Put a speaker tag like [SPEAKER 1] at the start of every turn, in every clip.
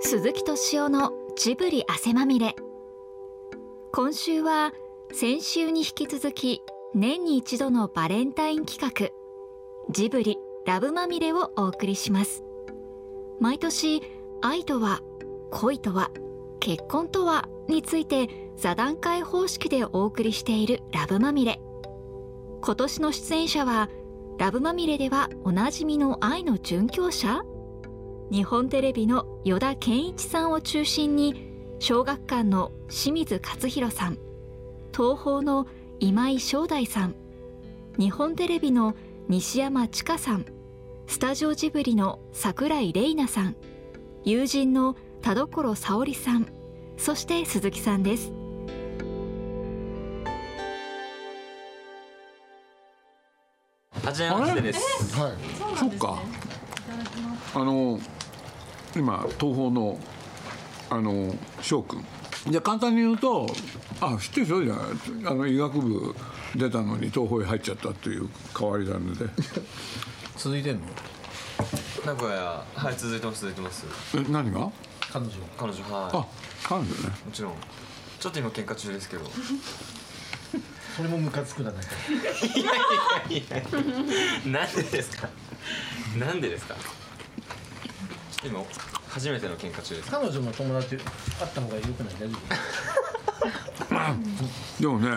[SPEAKER 1] 鈴木敏夫のジブリ汗まみれ今週は先週に引き続き年に一度のバレンタイン企画ジブリラブまみれをお送りします毎年愛とは恋とは結婚とはについて座談会方式でお送りしているラブまみれ今年の出演者はラブまみれではおなじみの愛の殉教者日本テレビの依田健一さんを中心に小学館の清水勝弘さん東宝の今井正大さん日本テレビの西山千佳さんスタジオジブリの桜井玲奈さん友人の田所沙織さんそして鈴木さんです
[SPEAKER 2] はじめましてです。
[SPEAKER 3] はい、そっか。あの今東方のあの翔くん。じゃあ簡単に言うと、あ知ってる人いるじゃない。あの医学部出たのに東方へ入っちゃったという変わり種で。
[SPEAKER 4] 続いてんの
[SPEAKER 2] 名古屋はい続いてます続いてます。
[SPEAKER 3] え何が？
[SPEAKER 4] 彼女
[SPEAKER 2] 彼女は
[SPEAKER 3] あ彼女ね。
[SPEAKER 2] いもちろんちょっと今喧嘩中ですけど。
[SPEAKER 4] それもムカつくだね
[SPEAKER 2] なんでですか。なんでですか。今初めての喧嘩中です。
[SPEAKER 4] 彼女も友達あった方が良くない大丈
[SPEAKER 3] でもね、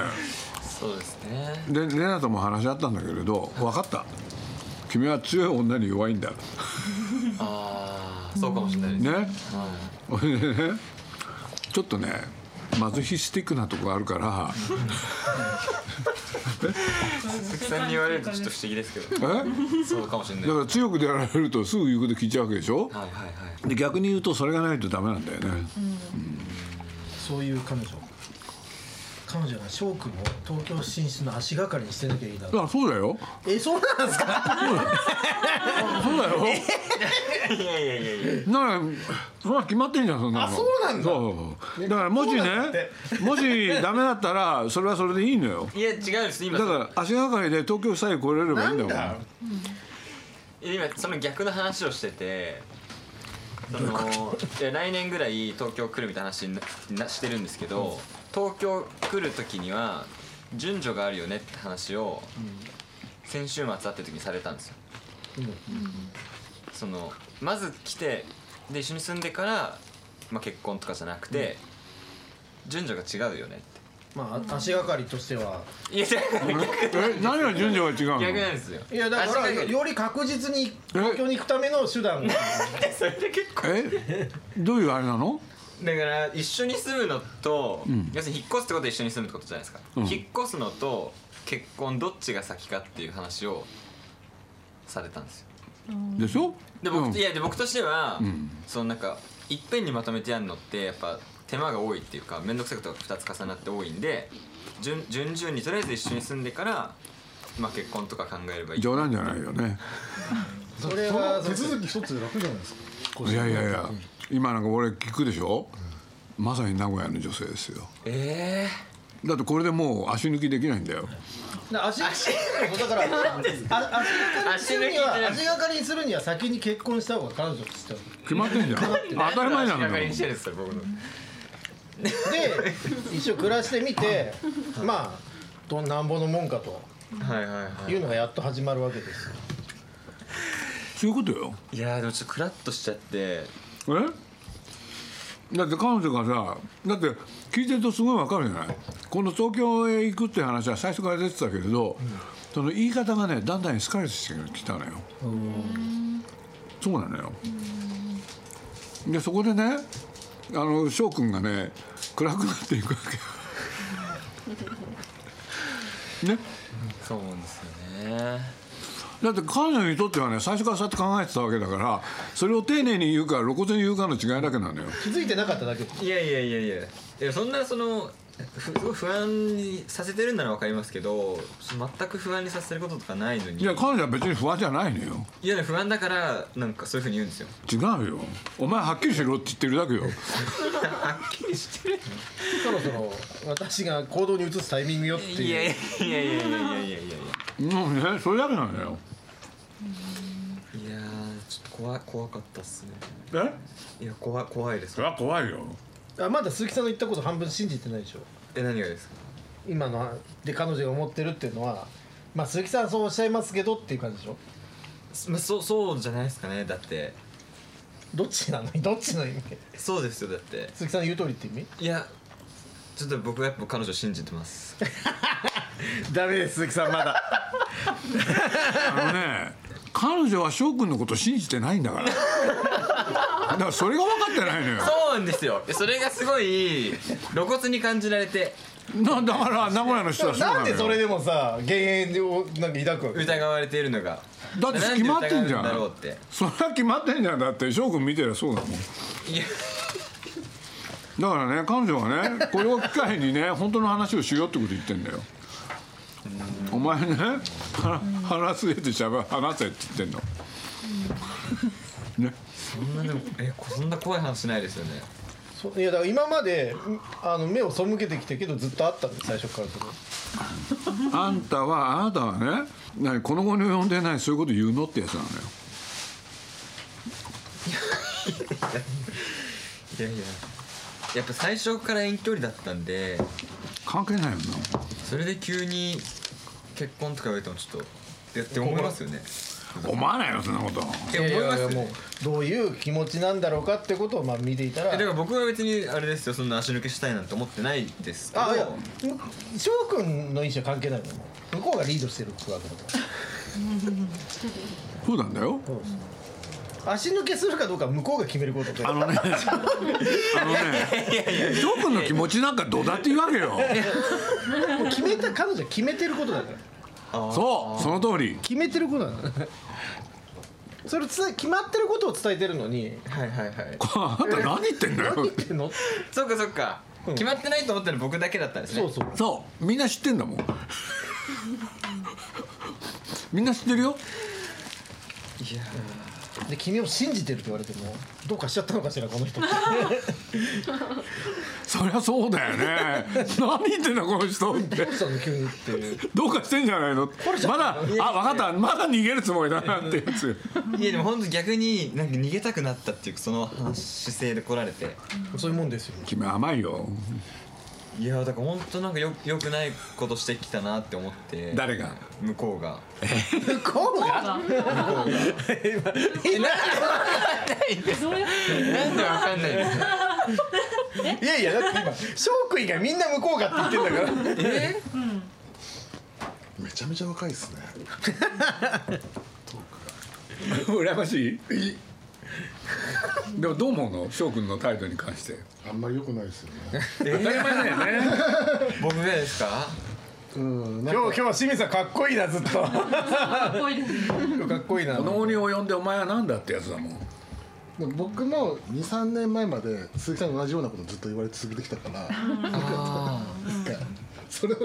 [SPEAKER 2] そうですね。
[SPEAKER 3] でレナとも話し合ったんだけれど、分かった。君は強い女に弱いんだ。
[SPEAKER 2] ああそうかもしれないです。
[SPEAKER 3] ね。
[SPEAKER 2] はい。
[SPEAKER 3] 俺ねちょっとねマズヒスティックなとこがあるから
[SPEAKER 2] 鈴木さんに言われるとちょっと不思議ですけど。
[SPEAKER 3] えだ
[SPEAKER 2] そうかもしれない。
[SPEAKER 3] か
[SPEAKER 2] はい
[SPEAKER 3] ら強く出られるとすぐ言うこと聞いちゃうわけでしょ
[SPEAKER 2] はいはい。
[SPEAKER 3] で逆に言うとそれがないとダメなんだよね、
[SPEAKER 4] 夫そういう彼女彼女が翔くんを東京進出の足がかりにしてなきゃいいだろ
[SPEAKER 3] あそうだよ
[SPEAKER 4] えそうなんですか
[SPEAKER 3] そうだよ
[SPEAKER 2] いやいやいやいや。
[SPEAKER 3] だからそんなの決まってんじゃんそんなの
[SPEAKER 4] あそうなんだ
[SPEAKER 3] そうそうだからもしねもしダメだったらそれはそれでいいのよ
[SPEAKER 2] いや違うんです今
[SPEAKER 3] だから足がかりで東京さえ来れればいいんだもん
[SPEAKER 2] 今その逆の話をしててそのいや来年ぐらい東京来るみたいな話にななしてるんですけど、東京来る時には順序があるよねって話を先週末会った時にされたんですよ、そのまず来てで一緒に住んでから、まあ、結婚とかじゃなくて、順序が違うよねっ
[SPEAKER 4] まあ足がかりとしては
[SPEAKER 2] ていや
[SPEAKER 3] え何が順序が違うの
[SPEAKER 2] 逆なんですよ
[SPEAKER 4] いやだから
[SPEAKER 2] 足掛け
[SPEAKER 4] より確実に東京に行くための手段が
[SPEAKER 2] それで結構
[SPEAKER 3] えどういうあれなの
[SPEAKER 2] だから一緒に住むのと、要するに引っ越すってことは一緒に住むってことじゃないですか、
[SPEAKER 3] うん
[SPEAKER 2] 引っ越すのと結婚どっちが先かっていう話をされたんですよ
[SPEAKER 3] でしょ
[SPEAKER 2] で僕,、
[SPEAKER 3] うん
[SPEAKER 2] いやで僕としては、
[SPEAKER 3] ん
[SPEAKER 2] そのなんかいっぺんにまとめてやるのってやっぱ手間が多いっていうか面倒くさいことが2つ重なって多いんで順順々にとりあえず一緒に住んでから、まあ、結婚とか考えればいい
[SPEAKER 3] 冗談じゃないよね
[SPEAKER 4] それは
[SPEAKER 5] 手続き一つで楽じゃないですか
[SPEAKER 3] いやいやいや今なんか俺聞くでしょ、まさに名古屋の女性ですよ
[SPEAKER 2] え
[SPEAKER 3] だってこれでもう足抜きできないんだよ
[SPEAKER 4] な足だから あ足がかりにするには足がかりにするには先に結婚した方が彼女って 言っ
[SPEAKER 3] 決まってんじゃん
[SPEAKER 2] えー、
[SPEAKER 3] 当たり前なん
[SPEAKER 2] 明らか
[SPEAKER 3] だ
[SPEAKER 2] に
[SPEAKER 3] よ
[SPEAKER 2] してるんですよ僕の
[SPEAKER 4] で一応暮らしてみてまあどんなんぼのもんかと
[SPEAKER 2] はいはいはい
[SPEAKER 4] いうのがやっと始まるわけですよ
[SPEAKER 3] そういうことよ
[SPEAKER 2] いやーでもちょっとクラッとしちゃって
[SPEAKER 3] えだって彼女がさだって聞いてるとすごいわかるじゃないこの東京へ行くって話は最初から出てたけれど、その言い方がねだんだんエスカレートしてきたのよそうなのよでそこでねあの翔くんがね暗くなっていくわけね
[SPEAKER 2] そうなんですよね
[SPEAKER 3] だって彼女にとってはね最初からそうやって考えてたわけだからそれを丁寧に言うか露骨に言うかの違いだけなのよ
[SPEAKER 4] 気づいてなかっただけ
[SPEAKER 2] いやいやいやいやいやそんなそのふすごい不安にさせてるんならわかりますけど全く不安にさせることとかないのに
[SPEAKER 3] いや彼女は別に不安じゃないのよ
[SPEAKER 2] いやね不安だからなんかそういうふうに言うんですよ
[SPEAKER 3] 違うよお前はっきりしろって言ってるだけよ
[SPEAKER 4] そろそろ私が行動に移すタイミングよって
[SPEAKER 2] いやい
[SPEAKER 4] いう
[SPEAKER 2] やいやいやいやいやいやいやいや
[SPEAKER 3] もうねそれだけなのよ
[SPEAKER 2] いやーちょっと怖怖かったっすね
[SPEAKER 3] え
[SPEAKER 2] いや怖怖いです
[SPEAKER 3] それは怖いよ
[SPEAKER 4] あまだ鈴木さんの言ったこと半分信じてないでしょ
[SPEAKER 2] え何がですか
[SPEAKER 4] 今ので彼女が思ってるっていうのはまあ鈴木さんはそうおっしゃいますけどっていう感じでしょ
[SPEAKER 2] そそうそうじゃないですかねだって
[SPEAKER 4] どっちなのどっちの意味
[SPEAKER 2] そうですよだって
[SPEAKER 4] 鈴木さんの言う通りって意味
[SPEAKER 2] いやちょっと僕はやっぱ彼女信じてます
[SPEAKER 4] ダメです鈴木さんま だ
[SPEAKER 3] あのね彼女は翔くんのこと信じてないんだからだからそれが分かってないのよ
[SPEAKER 2] そうなんですよそれがすごい露骨に感じられて
[SPEAKER 3] なだから名古屋の人はそうな
[SPEAKER 4] なん
[SPEAKER 3] の
[SPEAKER 4] で
[SPEAKER 3] よ
[SPEAKER 4] それでもさ減塩をなんか抱くわけ
[SPEAKER 2] 疑われているのが
[SPEAKER 3] だって決まってんじゃん
[SPEAKER 2] なで疑うんだろうって
[SPEAKER 3] それは決まってんじゃんだって翔くん見てりゃそうだもん
[SPEAKER 2] いや
[SPEAKER 3] だからね彼女はねこれを機会にね本当の話をしようってこと言ってんだよお前ねは話せってしゃべ話せって言ってんのね
[SPEAKER 2] そんなでもえそんな怖い話ないですよね
[SPEAKER 4] そういやだから今までんあの目を背けてきたけどずっとあったんです最初からとか
[SPEAKER 3] あんたはあなたはね何この後に呼んでないそういうこと言うのってやつなのよ
[SPEAKER 2] いやいややっぱ最初から遠距離だったんで
[SPEAKER 3] 関係ないよな
[SPEAKER 2] それで急に結婚とか言われてもちょっとえって思いますよね
[SPEAKER 3] 思わないよそんなこと
[SPEAKER 2] え思いますよ
[SPEAKER 4] いやいやいやも
[SPEAKER 2] ね
[SPEAKER 4] うどういう気持ちなんだろうかってことをまあ見ていたら
[SPEAKER 2] えだから僕は別にあれですよそんな足抜けしたいなんて思ってないですけど
[SPEAKER 4] あいや翔くんの意思は関係ないのもう向こうがリードしてることだと思
[SPEAKER 3] そうなんだよ
[SPEAKER 4] う足抜けするかどうかは向こうが決めることで
[SPEAKER 3] あのねあのね翔くんの気持ちなんかどうだっていいわけよ
[SPEAKER 4] もう決めた彼女は決めてることだから
[SPEAKER 3] そうその通り
[SPEAKER 4] 決めてることなのそれつ決まってることを伝えてるの に
[SPEAKER 2] はいはいはい
[SPEAKER 3] あんた何言ってんだ
[SPEAKER 4] 何
[SPEAKER 3] よ
[SPEAKER 4] 言ってんの
[SPEAKER 2] そっかそっか、決まってないと思ったら僕だけだったんですね
[SPEAKER 4] そうそう
[SPEAKER 3] そうみんな知ってんだもんみんな知ってるよ
[SPEAKER 2] いや
[SPEAKER 4] で君を信じてるって言われてもどうかしちゃったのかしらこの人って
[SPEAKER 3] そりゃそうだよね 何言ってんだこの人って
[SPEAKER 4] どうしたの急にっていう
[SPEAKER 3] どうかしてんじゃないのまだあ分かったまだ逃げるつもりだなってやつ
[SPEAKER 2] いやでも本当逆になんか逃げたくなったっていうその話姿勢で来られて
[SPEAKER 4] そういうもんですよ
[SPEAKER 3] 君甘いよ
[SPEAKER 2] いやだから本当なんかよよくないことしてきたなって思って
[SPEAKER 3] 誰が
[SPEAKER 2] 向こうが
[SPEAKER 4] 向こうが
[SPEAKER 2] なんでわかんないんですか
[SPEAKER 4] いやいやだって今翔くん以外みんな向こうがって言ってんだから
[SPEAKER 5] めちゃめちゃ若いですね
[SPEAKER 3] 羨ましいでもどう思うの翔くんの態度に関して
[SPEAKER 5] あんまり良くないですよ ね
[SPEAKER 3] 当たり前だよね
[SPEAKER 2] 僕がですか
[SPEAKER 5] うんなん
[SPEAKER 4] 今日今
[SPEAKER 5] か
[SPEAKER 4] 日は清水さんかっこいいなずっとかっこいいな
[SPEAKER 3] この鬼を呼んでお前は何だってやつだもん
[SPEAKER 5] 僕も23年前まで鈴木さんが同じようなことずっと言われ続けてきたからなんかそれを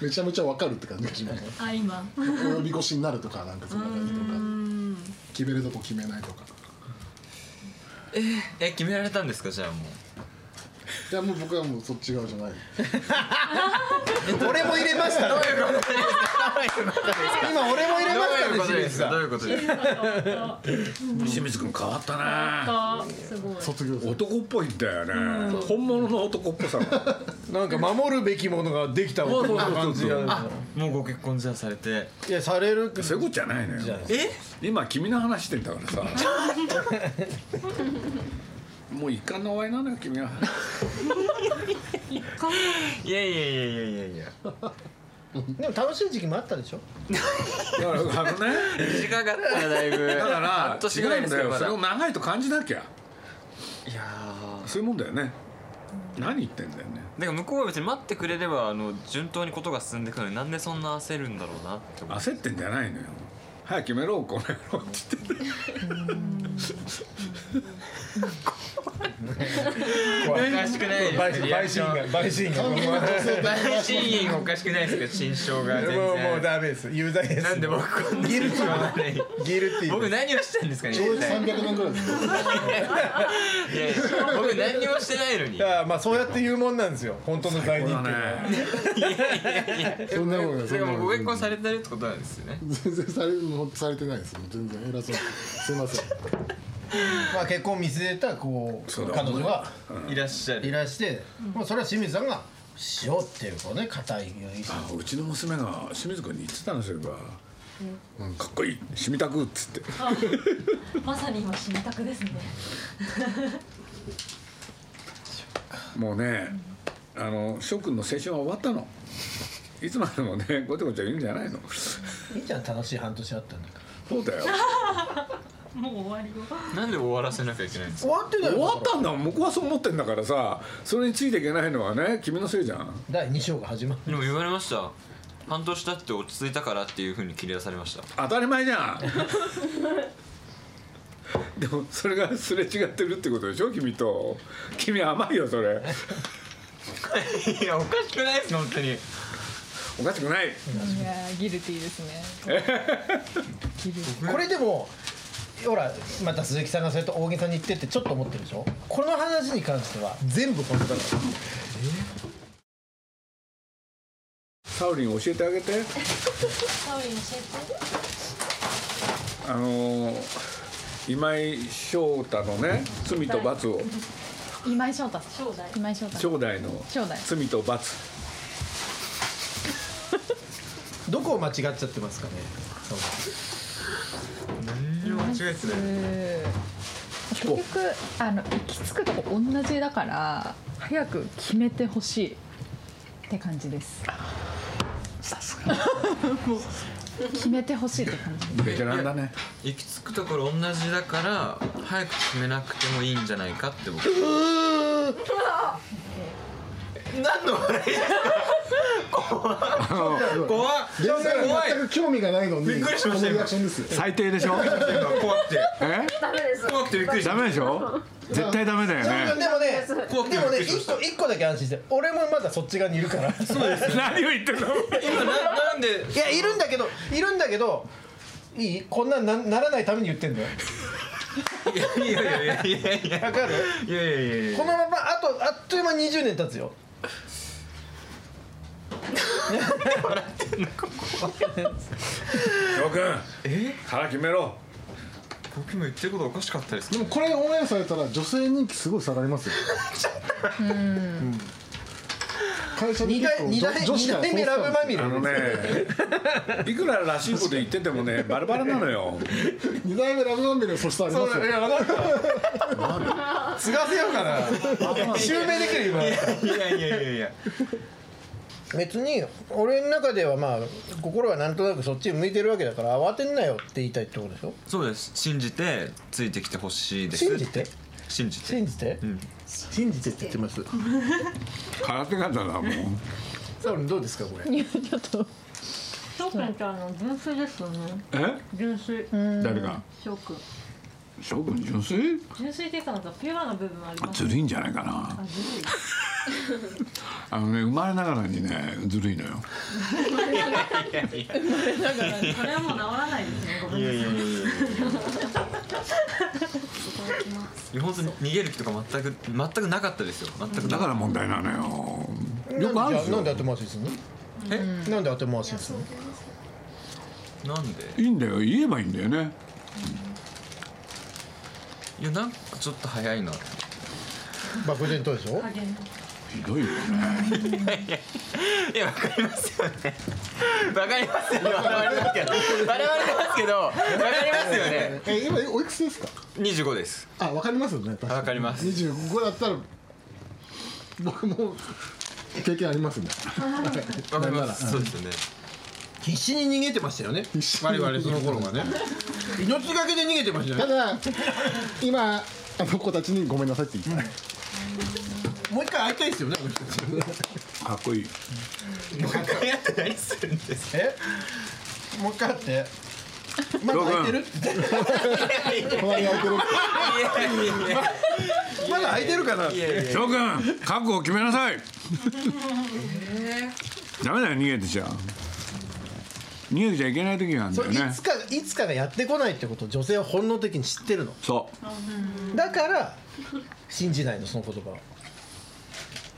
[SPEAKER 5] めちゃめちゃ分かるって感じがします
[SPEAKER 6] あ今
[SPEAKER 5] 及び腰になるとかなんかそんな感じとか決めるとこ決めないとか
[SPEAKER 2] え決められたんですかじゃあも
[SPEAKER 5] いやもう僕はもうそっち側じゃない
[SPEAKER 4] 俺も入れましたね今俺も入れました
[SPEAKER 2] う
[SPEAKER 4] ね清水さ
[SPEAKER 2] どうんいうことです
[SPEAKER 6] よかっ
[SPEAKER 3] 清水君変わったね
[SPEAKER 6] たすごい
[SPEAKER 5] 卒業する
[SPEAKER 3] 男っぽいんだよね、本物の男っぽさが
[SPEAKER 4] なんか守るべきものができたわ
[SPEAKER 3] そうそうそうそう
[SPEAKER 4] 感じが
[SPEAKER 2] もうご結婚じゃあされて
[SPEAKER 4] いやされるけど
[SPEAKER 3] そういうことじゃないのよ
[SPEAKER 2] え
[SPEAKER 3] 今君の話してんだ からさもう一貫の終わりなんだよ君は
[SPEAKER 2] いやいやいやいやいやいや
[SPEAKER 4] でも楽しい時期もあったでしょ
[SPEAKER 3] だからあの ね
[SPEAKER 2] 短かったらだいぶ
[SPEAKER 3] だから
[SPEAKER 2] 半年ぐらいです
[SPEAKER 3] 違う
[SPEAKER 2] よ
[SPEAKER 3] ん
[SPEAKER 2] ま
[SPEAKER 3] だそ
[SPEAKER 2] だ
[SPEAKER 3] れ
[SPEAKER 2] い
[SPEAKER 3] を長いと感じなきゃ
[SPEAKER 2] やー
[SPEAKER 3] そういうもんだよね何言ってんだよね
[SPEAKER 2] だから向こうは別に待ってくれればあの順当にことが進んでいくのになんでそんな焦るんだろうなって思う
[SPEAKER 3] 焦ってんじゃないのよ早く決めろこの野郎って言って
[SPEAKER 2] おかしくない
[SPEAKER 4] 陪審員が陪審員がもう
[SPEAKER 2] 陪審員おかしくないですか心象が全
[SPEAKER 4] もうもう
[SPEAKER 2] 然
[SPEAKER 4] ダメです有罪です
[SPEAKER 2] なんで僕こんな
[SPEAKER 4] ギルティ
[SPEAKER 2] 心象悪い
[SPEAKER 4] ギルティ
[SPEAKER 2] 僕何をしたんですかね
[SPEAKER 5] ちょうど300年ぐらいですよ
[SPEAKER 2] いやいや僕何にもしてないのにい
[SPEAKER 4] いやまあそうやって言うもんなんですよ本当の罪人っていうのは
[SPEAKER 3] ね
[SPEAKER 5] そんなことない
[SPEAKER 2] それがもうご結婚さ
[SPEAKER 5] れ
[SPEAKER 2] れてるってことなんですよね
[SPEAKER 5] 全然されもうされてないですもう全然偉そうにすいません
[SPEAKER 4] まあ結婚を見据えたこ
[SPEAKER 3] そう
[SPEAKER 4] う
[SPEAKER 3] だ
[SPEAKER 4] 彼女が
[SPEAKER 2] いらっしゃ
[SPEAKER 4] い
[SPEAKER 2] る
[SPEAKER 4] らして、もうそれは清水さんがしようっていうこうね固い意志
[SPEAKER 3] あうちの娘が清水君に言ってたんですようんかっこいい死みたくっつって
[SPEAKER 6] まさに今死にたくですね。
[SPEAKER 3] もうねあの翔くんの青春は終わったのいつまでもねごちゃごちゃ言うんじゃないの
[SPEAKER 4] いいじゃん楽しい半年あったんだから
[SPEAKER 3] そうだよ
[SPEAKER 6] もう終わりを。
[SPEAKER 2] なんで終わらせなきゃいけないんですか
[SPEAKER 4] 終わって
[SPEAKER 3] 終わっ
[SPEAKER 4] だから
[SPEAKER 3] たんだもん向こうはそう思ってんだからさそれについていけないのはね君のせいじゃん
[SPEAKER 4] 第2章が始まる
[SPEAKER 2] でも言われました半年経って落ち着いたからっていうふうに切り出されました
[SPEAKER 3] 当たり前じゃん でもそれがすれ違ってるってことでしょ君と君甘いよそれ
[SPEAKER 2] いやおかしくないです本当に
[SPEAKER 3] おかしくない
[SPEAKER 7] いやーギルティーですね。ギルティ
[SPEAKER 4] これでもほらまた鈴木さんがそれと大げさに言ってってちょっと思ってるでしょこの話に関しては全部本当だから
[SPEAKER 3] サウリン教えてあげて
[SPEAKER 6] サウリン教えて。
[SPEAKER 3] あのー今井翔太のね「罪と罰」を
[SPEAKER 7] ー今井翔太。
[SPEAKER 6] 将来。
[SPEAKER 7] 今井翔太。
[SPEAKER 3] 正代の
[SPEAKER 7] 正代
[SPEAKER 3] 「罪と罰
[SPEAKER 4] どこを間違っちゃってますかねそう
[SPEAKER 2] 間違えてな
[SPEAKER 7] 結局あの行き着くとこ同じだから早く決めてほしいって感じです。もう 決めてほしいって感じ。」
[SPEAKER 3] ベテランだね
[SPEAKER 2] 行き着くところ同じだから早く決めなくてもいいんじゃないかって僕何の笑いですか怖っ
[SPEAKER 5] 全然
[SPEAKER 2] 怖い
[SPEAKER 5] 全く興味がないのに
[SPEAKER 2] びっくりしました
[SPEAKER 5] このリアクションですよ
[SPEAKER 3] 最低で しょ
[SPEAKER 2] 怖くて
[SPEAKER 3] え
[SPEAKER 2] 怖くてびっくりした
[SPEAKER 3] ダメでしょ絶対ダメだよね
[SPEAKER 4] でもね
[SPEAKER 2] 怖くてびっ
[SPEAKER 4] でも
[SPEAKER 2] く
[SPEAKER 4] ね
[SPEAKER 2] りしま
[SPEAKER 4] 一
[SPEAKER 2] した
[SPEAKER 4] 個一個だけ安心して俺もまだそっち側にいるからい
[SPEAKER 3] 何を言ってるの
[SPEAKER 2] 今ななんで
[SPEAKER 4] やいるんだけどいるんだけどいいこんなんなならないために言ってんだよ
[SPEAKER 2] いやいやいやいやいやいや
[SPEAKER 4] わかる
[SPEAKER 2] いやいやいやいや
[SPEAKER 4] このままあとあっという間に20年経つよ
[SPEAKER 3] 翔くん
[SPEAKER 2] え
[SPEAKER 3] 腹決めろ
[SPEAKER 2] 僕も言ってることおかしかったです
[SPEAKER 5] でもこれオンエアされたら女性人気すごい下がりますよ。うん会社で
[SPEAKER 4] 2
[SPEAKER 5] 結
[SPEAKER 4] 代
[SPEAKER 5] 構
[SPEAKER 4] 二
[SPEAKER 5] 女
[SPEAKER 4] 代
[SPEAKER 5] 女子
[SPEAKER 4] 二
[SPEAKER 5] が
[SPEAKER 4] 代目ラブまみれ
[SPEAKER 3] あのね いくららしいこと言っててもねバラバラなのよ
[SPEAKER 5] 2代目ラブマンベルそしてありますよ。
[SPEAKER 4] や分かった継がせようかな襲名できる今
[SPEAKER 2] いやいやいやいや
[SPEAKER 4] 別に俺の中ではまあ心はなんとなくそっちに向いてるわけだから慌てんなよって言いたいってことでしょ
[SPEAKER 2] そうです信じてついてきてほしいです
[SPEAKER 4] 信じて
[SPEAKER 2] 信じて
[SPEAKER 4] 信じて、
[SPEAKER 2] ん
[SPEAKER 4] 信じてって言ってます
[SPEAKER 3] 空手方だもん
[SPEAKER 4] サウルどうですかこれ
[SPEAKER 7] ちょっと
[SPEAKER 6] 翔くんってあの純粋ですよね。
[SPEAKER 3] え
[SPEAKER 6] 純粋。
[SPEAKER 3] 誰が
[SPEAKER 6] 翔くん。
[SPEAKER 3] 翔くん純粋
[SPEAKER 6] 純粋って言ったのとピュアな部分はあります
[SPEAKER 3] ず。るいんじゃないかな
[SPEAKER 6] あずるい
[SPEAKER 3] あのね生まれながらにねずるいのよ
[SPEAKER 6] それはもう治らないですね。ごめんなさい。
[SPEAKER 2] いや本当に逃げる気とか全く全くなかったですよ全く
[SPEAKER 3] だ
[SPEAKER 2] な
[SPEAKER 3] か
[SPEAKER 2] から
[SPEAKER 3] 問題なのよよくあるんです
[SPEAKER 4] なんで
[SPEAKER 3] よ
[SPEAKER 4] 後回しするの
[SPEAKER 2] え
[SPEAKER 4] なんで後回しするの
[SPEAKER 2] ったなんで
[SPEAKER 3] いいんだよ言えばいいんだよね
[SPEAKER 2] いやなんかちょっと早 いな
[SPEAKER 4] 漠然とでしょ
[SPEAKER 6] 加減。
[SPEAKER 3] ひどいよね
[SPEAKER 2] いやわかりますよね わかりますよね笑われてますけど笑われてますけどわかりますよね
[SPEAKER 5] え今おいくつですか。
[SPEAKER 2] 25です
[SPEAKER 5] あわかりますよね。
[SPEAKER 2] わかります
[SPEAKER 5] 二十五だったら僕も経験ありますね。
[SPEAKER 2] わかりますそうですよね
[SPEAKER 4] 必死に逃げてましたよね
[SPEAKER 5] 死
[SPEAKER 4] 我
[SPEAKER 5] に
[SPEAKER 4] 々その頃はね命がけで逃げてました
[SPEAKER 5] た
[SPEAKER 4] よね
[SPEAKER 5] だ今あの子たちにごめんなさいって言った。
[SPEAKER 4] もう一回会いたいですよねあの人たち
[SPEAKER 3] かっこいい
[SPEAKER 2] 一回やって何するんですか
[SPEAKER 4] えもう一回会ってまだ空いてるって言って
[SPEAKER 5] 隣に空いてる。
[SPEAKER 4] まだ空いてるかなって
[SPEAKER 3] 翔くん覚悟を決めなさいダメだよ逃げてちゃ逃げてちゃいけない時があるん
[SPEAKER 4] そ
[SPEAKER 3] だ
[SPEAKER 4] れ
[SPEAKER 3] よ
[SPEAKER 4] い
[SPEAKER 3] ね
[SPEAKER 4] つかいつかがやってこないってことを女性は本能的に知ってるの
[SPEAKER 3] そう
[SPEAKER 4] だから信じないのその言葉を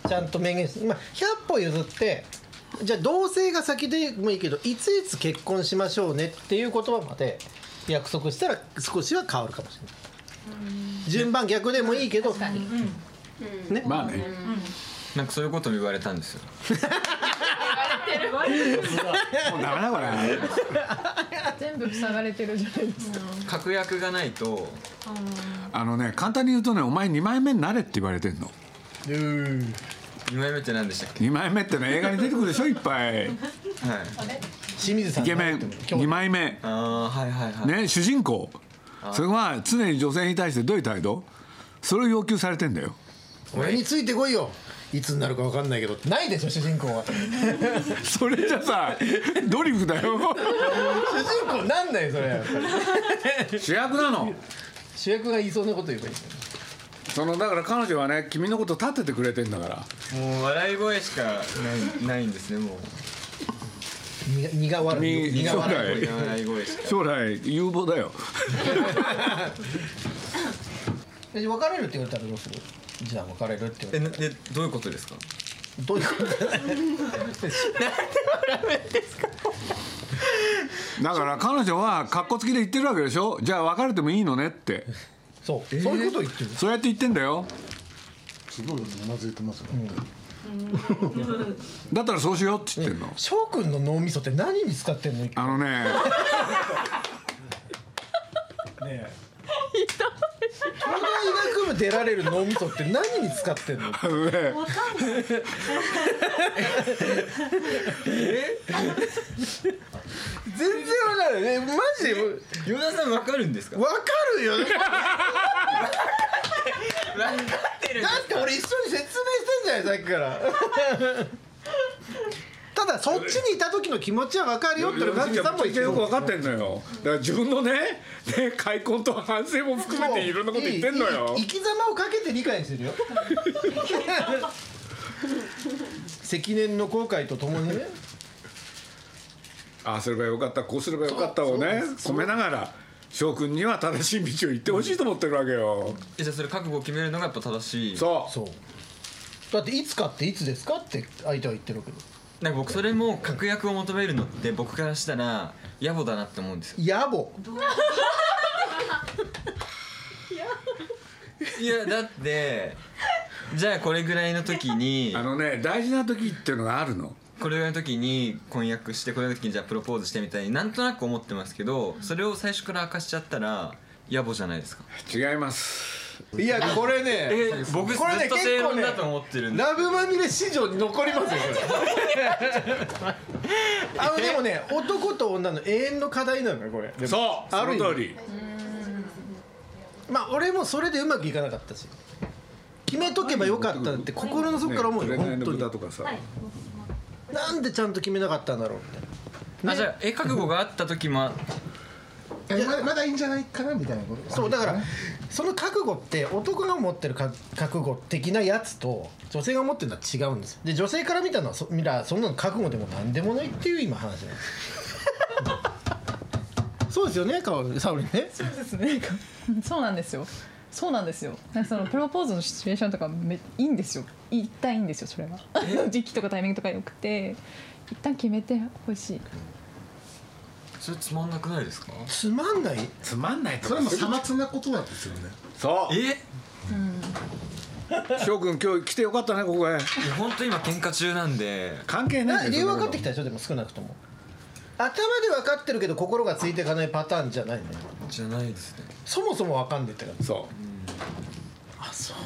[SPEAKER 4] ちゃんと明言して、まあ、100歩譲ってじゃあ同性が先でもいいけどいついつ結婚しましょうねっていう言葉まで約束したら少しは変わるかもしれない順番逆でもいいけど
[SPEAKER 7] 確かに
[SPEAKER 6] うん
[SPEAKER 4] ね
[SPEAKER 3] まあね
[SPEAKER 2] なんかそういうことも言われたんですよ
[SPEAKER 3] もうダメだこれ
[SPEAKER 7] 全部塞がれてるじゃないですか
[SPEAKER 2] 確約がないと
[SPEAKER 3] あのね簡単に言うとねお前2枚目になれって言われてんの
[SPEAKER 2] 2枚目って何でしたっ
[SPEAKER 3] 2枚目ってね映画に出てくるでしょいっぱい
[SPEAKER 2] けはい
[SPEAKER 4] 清水さ
[SPEAKER 3] イ
[SPEAKER 4] ん
[SPEAKER 3] ケメン
[SPEAKER 4] 今日
[SPEAKER 3] 2枚目
[SPEAKER 2] ああーはいはいはい、
[SPEAKER 3] ね主人公それは常に女性に対してどういう態度それを要求されてんだよ
[SPEAKER 4] 俺についてこいよいつになるか分かんないけどないでしょ主人公 は
[SPEAKER 3] それじゃさドリフだよ
[SPEAKER 4] 主人公なんだよそれやっぱり
[SPEAKER 3] 主役なの
[SPEAKER 4] 主役が言いそうなこと言えばいい
[SPEAKER 3] そのだから彼女はね君のこと立ててくれてんだから
[SPEAKER 2] もう笑い声しかないないんですねもう
[SPEAKER 4] 苦苦笑い
[SPEAKER 3] み
[SPEAKER 4] 苦笑い
[SPEAKER 3] はい
[SPEAKER 2] 笑い声しか
[SPEAKER 3] 将来有望だよ
[SPEAKER 4] え別れるって言われたらどうするじゃあ別れるって言われ
[SPEAKER 2] えなでどういうことですか
[SPEAKER 4] たどういうことだよ
[SPEAKER 3] だから彼女は格好つきで言ってるわけでしょじゃあ別れてもいいのねって
[SPEAKER 4] そう、そういうこと言ってる
[SPEAKER 3] そうやって言ってんだよ
[SPEAKER 5] すごいうなずいてますよだって
[SPEAKER 3] だったらそうしようって言ってんの、
[SPEAKER 4] 翔くんの脳みそって何に使ってんのね
[SPEAKER 3] あのね
[SPEAKER 4] え東大医学部出られる脳みそって何に使ってんの
[SPEAKER 3] あのね
[SPEAKER 4] 全然わかんないえマジで
[SPEAKER 2] 与田さんわかるんですか
[SPEAKER 4] わかるよだ
[SPEAKER 2] 分かってる
[SPEAKER 4] って俺一緒に説明してんじゃないさっきからただそっちにいた時の気持ちはわかるよってガッツさんも言ってる
[SPEAKER 3] よく分かってんのよだから自分のねね開墾と反省も含めていろんなこと言ってんのよ
[SPEAKER 4] いいい生き様をかけて理解するよ 積年の後悔とともにね
[SPEAKER 3] ああすればよかったこうすればよかったをね込めながら翔くんには正しい道を行ってほしいと思ってるわけよ、
[SPEAKER 2] えじゃあそれ覚悟を決めるのがやっぱ正しい
[SPEAKER 3] そう
[SPEAKER 4] そうだっていつかっていつですかって相手は言ってるけど
[SPEAKER 2] なんか僕それも確約を求めるのって僕からしたら野暮だなって思うんですよ
[SPEAKER 4] 野暮
[SPEAKER 2] いやだって じゃあこれぐらいの時に
[SPEAKER 3] あのね大事な時っていうのがあるの
[SPEAKER 2] これぐらいの時に婚約してこれぐらいの時にじゃあプロポーズしてみたいになんとなく思ってますけどそれを最初から明かしちゃったら野暮じゃないですか
[SPEAKER 3] 違います
[SPEAKER 4] いやこれね
[SPEAKER 2] え僕ず
[SPEAKER 4] これね
[SPEAKER 2] っと正論だと思ってるんで
[SPEAKER 4] ラブまみれ史上に残りますよこれ あのでもね男と女の永遠の課題なのよこれでも
[SPEAKER 3] そうそ
[SPEAKER 4] ある意味
[SPEAKER 3] の通り
[SPEAKER 4] まあ俺もそれでうまくいかなかったし決めとけばよかったって心の底から思うよ
[SPEAKER 3] ね紅
[SPEAKER 4] 本
[SPEAKER 3] の
[SPEAKER 4] 当に
[SPEAKER 3] 豚とかさ、
[SPEAKER 4] なんでちゃんと決めなかったんだろうみたいな
[SPEAKER 2] あじゃあえ覚悟があった時も
[SPEAKER 5] えまだまだいいんじゃないかなみたいなこと
[SPEAKER 4] そうだからその覚悟って男が持ってるか覚悟的なやつと女性が持ってるのは違うんですで女性から見たのはそ見らそんなの覚悟でも何でもないっていう今話なんです そうですよねかおサオリンね
[SPEAKER 7] そうですねそうなんですよそうなんですよなんかそのプロポーズのシチュエーションとかめいいんですよ一旦いいんですよそれは 時期とかタイミングとかよくて一旦決めてほしい
[SPEAKER 2] それつまんなくないですか
[SPEAKER 4] つまんない
[SPEAKER 3] つまんないと
[SPEAKER 5] それもさまつなことなんですよね
[SPEAKER 3] そ
[SPEAKER 2] え
[SPEAKER 3] う翔くん今日来てよかったねここへ
[SPEAKER 2] いや本当今喧嘩中なんで
[SPEAKER 3] 関係な
[SPEAKER 4] ない理由分かってき
[SPEAKER 3] き
[SPEAKER 4] たでしょでも少なくとも頭で分かってるけど心がついていかないパターンじゃないのよ
[SPEAKER 2] じゃないですね
[SPEAKER 4] そもそも分かんでってから
[SPEAKER 3] そう
[SPEAKER 4] あそう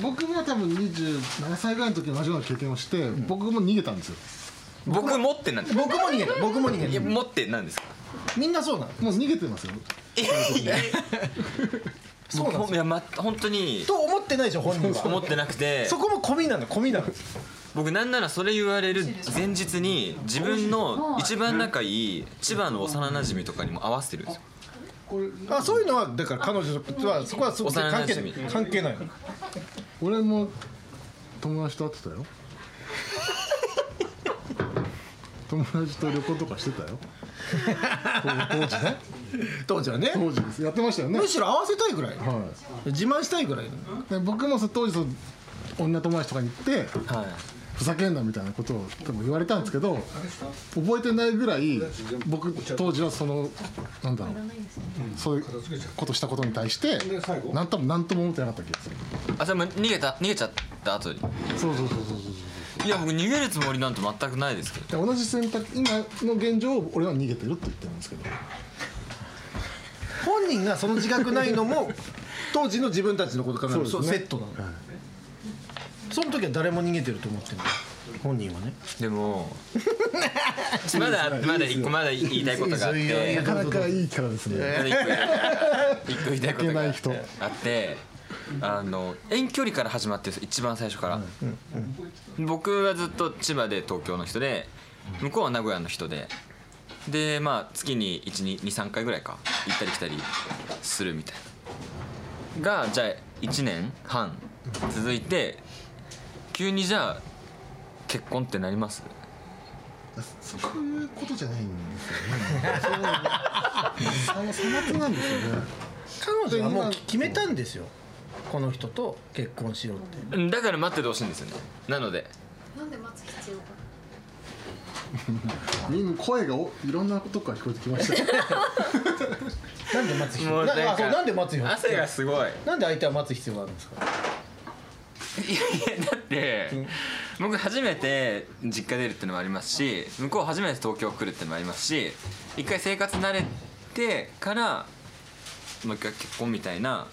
[SPEAKER 5] 僕も多分27歳ぐらいの時の同じような経験をして僕も逃げたんですよ
[SPEAKER 2] 僕持ってなんで
[SPEAKER 4] 僕も逃げる僕も逃げ
[SPEAKER 2] いや
[SPEAKER 4] る
[SPEAKER 2] 持ってなんですか
[SPEAKER 4] みんなそうなの
[SPEAKER 5] もう逃げてますよ
[SPEAKER 4] そうなの
[SPEAKER 2] いや、ま、本当に
[SPEAKER 4] と思ってないでしょ本人は
[SPEAKER 2] 思ってなくて
[SPEAKER 4] そこも込みなの込みなの
[SPEAKER 2] 僕なんならそれ言われる前日に自分の一番仲いい千葉の幼なじみとかにも合わせてるんですよ
[SPEAKER 4] あそういうのはだから彼女とはそこはすごく
[SPEAKER 2] 幼
[SPEAKER 4] 関
[SPEAKER 2] 馴
[SPEAKER 4] 係
[SPEAKER 2] 染
[SPEAKER 4] ない関係ないの
[SPEAKER 5] 俺も友達と会ってたよ友達と旅行とかしてたよ当時ね
[SPEAKER 4] 当時はね
[SPEAKER 5] 当時ですやってましたよね
[SPEAKER 4] むしろ合わせたいぐらい
[SPEAKER 5] は
[SPEAKER 4] 自慢したいぐらい
[SPEAKER 5] いで僕もそう当時そう女友達とかに行って
[SPEAKER 2] は
[SPEAKER 5] ふざけんなみたいなことを多分言われたんですけど覚えてないぐらい僕当時はそのなんだろうそういうことしたことに対してなん多分何とも思ってなかった気がする
[SPEAKER 2] あそれも逃げた逃げちゃった後に
[SPEAKER 5] そうそうそうそうそう
[SPEAKER 2] いや僕逃げるつもりなんて全くないですけど
[SPEAKER 5] で同じ選択今の現状を俺は逃げてるって言ってるんですけど
[SPEAKER 4] 本人がその自覚ないのも当時の自分たちのこと考える
[SPEAKER 5] そ
[SPEAKER 4] と
[SPEAKER 5] うです
[SPEAKER 4] セ
[SPEAKER 5] ね
[SPEAKER 4] ットなの、その時は誰も逃げてると思ってる本人はね
[SPEAKER 2] でもまだまだ一個まだ言いたいことがあっ
[SPEAKER 4] いいですよいいですよいい
[SPEAKER 2] て
[SPEAKER 4] で
[SPEAKER 5] なかなかいいキャラですね、
[SPEAKER 2] まだ一個一個言いたいことがあっ
[SPEAKER 5] いけない
[SPEAKER 2] てあってあの遠距離から始まってるんです一番最初から、僕はずっと千葉で東京の人で向こうは名古屋の人ででまあ月に123回ぐらいか行ったり来たりするみたいながじゃあ1年半続いて急にじゃあ結婚ってなります
[SPEAKER 5] そういうことじゃないんです よね。そうその差別なんですよね。
[SPEAKER 4] 彼女はもう
[SPEAKER 5] 今
[SPEAKER 4] 決めたんですよこの人と結婚しようって
[SPEAKER 2] うんだから待っててほしいんですよねなので
[SPEAKER 8] なんで待つ必要が
[SPEAKER 5] みんな声がおいろんなことから聞こえてきましたよ。
[SPEAKER 4] なんで待つ必
[SPEAKER 2] も
[SPEAKER 4] 要
[SPEAKER 2] うな
[SPEAKER 4] なん
[SPEAKER 2] か
[SPEAKER 4] あそうなんで待つ必要
[SPEAKER 2] 汗がすごいいやい
[SPEAKER 4] なんで相手は待つ必要があるんですか
[SPEAKER 2] やだって僕初めて実家出るってのもありますし向こう初めて東京来るってのもありますし一回生活慣れてからもう一回結婚みたいな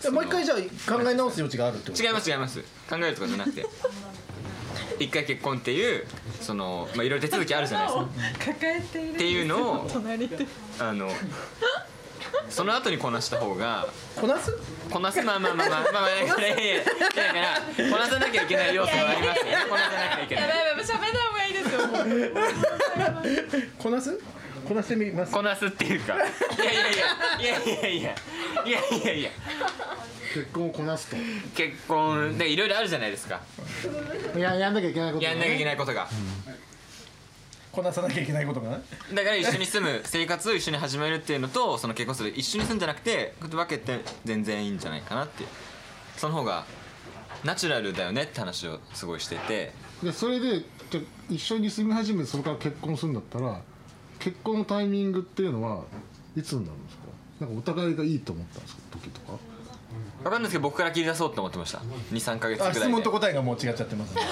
[SPEAKER 4] じゃあもう一回じゃあ考え直す余地があるってこと
[SPEAKER 2] 違います違います考えるとかじゃなくて一回結婚っていうそのまあいろいろ手続きあるじゃないですか
[SPEAKER 6] 抱えている
[SPEAKER 2] っていうのを
[SPEAKER 7] 隣で
[SPEAKER 2] あのその後にこなした方が
[SPEAKER 4] こなす
[SPEAKER 2] こなすまあまあまあまあまあまあいやいやいやだからこなさなきゃいけない要素はありますよねこなさなきゃいけない
[SPEAKER 7] やばいやばい喋んない方がいいですよもう
[SPEAKER 4] こなすこなしてみます
[SPEAKER 2] こなすっていうかいやいやいやいやいやいやいやいやいや
[SPEAKER 5] 結婚をこなすと。
[SPEAKER 2] 結婚でいろいろあるじゃないですか
[SPEAKER 5] いややんなきゃいけないこと、
[SPEAKER 2] やんなきゃいけないことが
[SPEAKER 4] こなさなきゃいけないことがね
[SPEAKER 2] だから一緒に住む生活を一緒に始めるっていうのとその結婚する一緒に住んじゃなくて分けて全然いいんじゃないかなっていうその方がナチュラルだよねって話をすごいしてて
[SPEAKER 5] でそれでじゃ一緒に住み始めてそれから結婚するんだったら結婚のタイミングっていうのはいつになるんですか。なんかお互いがいいと思ったんですか時とか。
[SPEAKER 2] 分かんないですけど僕から切り出そうと思ってました23か月くら
[SPEAKER 4] あ
[SPEAKER 2] いで
[SPEAKER 4] 質問と答えがもう違っちゃって ますね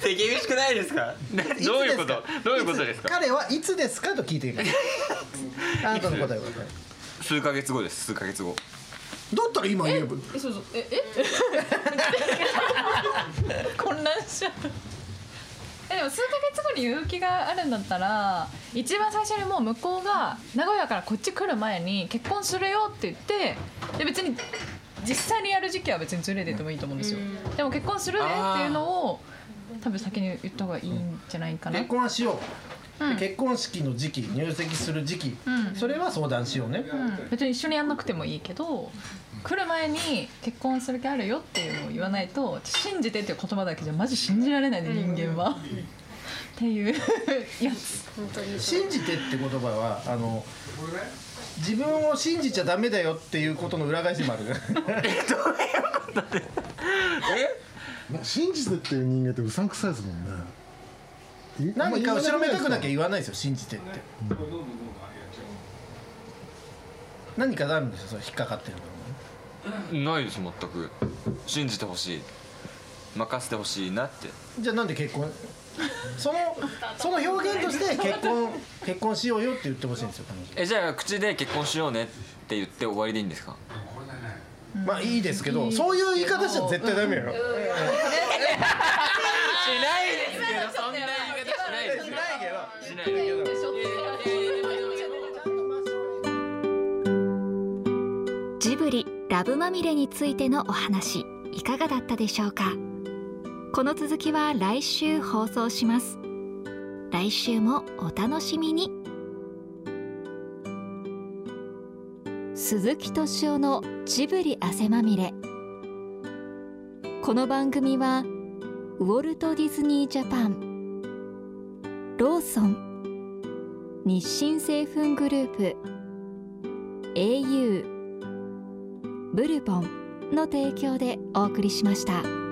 [SPEAKER 2] 手厳しくないですかどういうことどういうことです
[SPEAKER 4] いつ
[SPEAKER 2] か
[SPEAKER 4] 彼はいつですかと聞い ていくあなたの答えは
[SPEAKER 2] 数ヶ月後です数ヶ月後
[SPEAKER 4] だったら今言えば
[SPEAKER 7] えそうそうええ 混乱しちゃうえでも数ヶ月後に勇気があるんだったら一番最初にもう向こうが名古屋からこっち来る前に結婚するよって言ってで別に実際にやる時期は別にずれててもいいと思うんですよでも結婚するねっていうのを多分先に言った方がいいんじゃないかな
[SPEAKER 4] 結婚はしよう、
[SPEAKER 7] うん
[SPEAKER 4] で結婚式の時期入籍する時期、
[SPEAKER 7] うん
[SPEAKER 4] それは相談しようね、
[SPEAKER 7] うん別に一緒にやんなくてもいいけど来る前に結婚する気あるよっていうのを言わないと信じてっていう言葉だけじゃマジ信じられないね人間は。っていうやつ
[SPEAKER 8] 本当に
[SPEAKER 4] 信じてって言葉はあの自分を信じちゃダメだよっていうことの裏返しもある
[SPEAKER 5] なんか信じてっていう人間ってうさんくさいですもんね。
[SPEAKER 4] 何か後ろめたくなきゃ
[SPEAKER 5] い。
[SPEAKER 4] 言わないですよ信じてって、何かあるんですよそれ引っかかってるの
[SPEAKER 2] ないです全く信じてほしい任せてほしいなって
[SPEAKER 4] じゃあなんで結婚そのその表現として結婚結婚しようよって言ってほしいんですよ彼女
[SPEAKER 2] えじゃあ口で結婚しようねって言って終わりでいいんですか
[SPEAKER 4] まあいいですけどそういう言い方しちゃ絶対ダメよ、
[SPEAKER 2] しないですけどそんな言い方しないですよしないですよ
[SPEAKER 1] ジブリラブまみれについてのお話いかがだったでしょうかこの続きは来週放送します来週もお楽しみに鈴木敏夫のジブリ汗まみれこの番組はウォルト・ディズニー・ジャパンローソン日清製粉グループ au ブルボンの提供でお送りしました。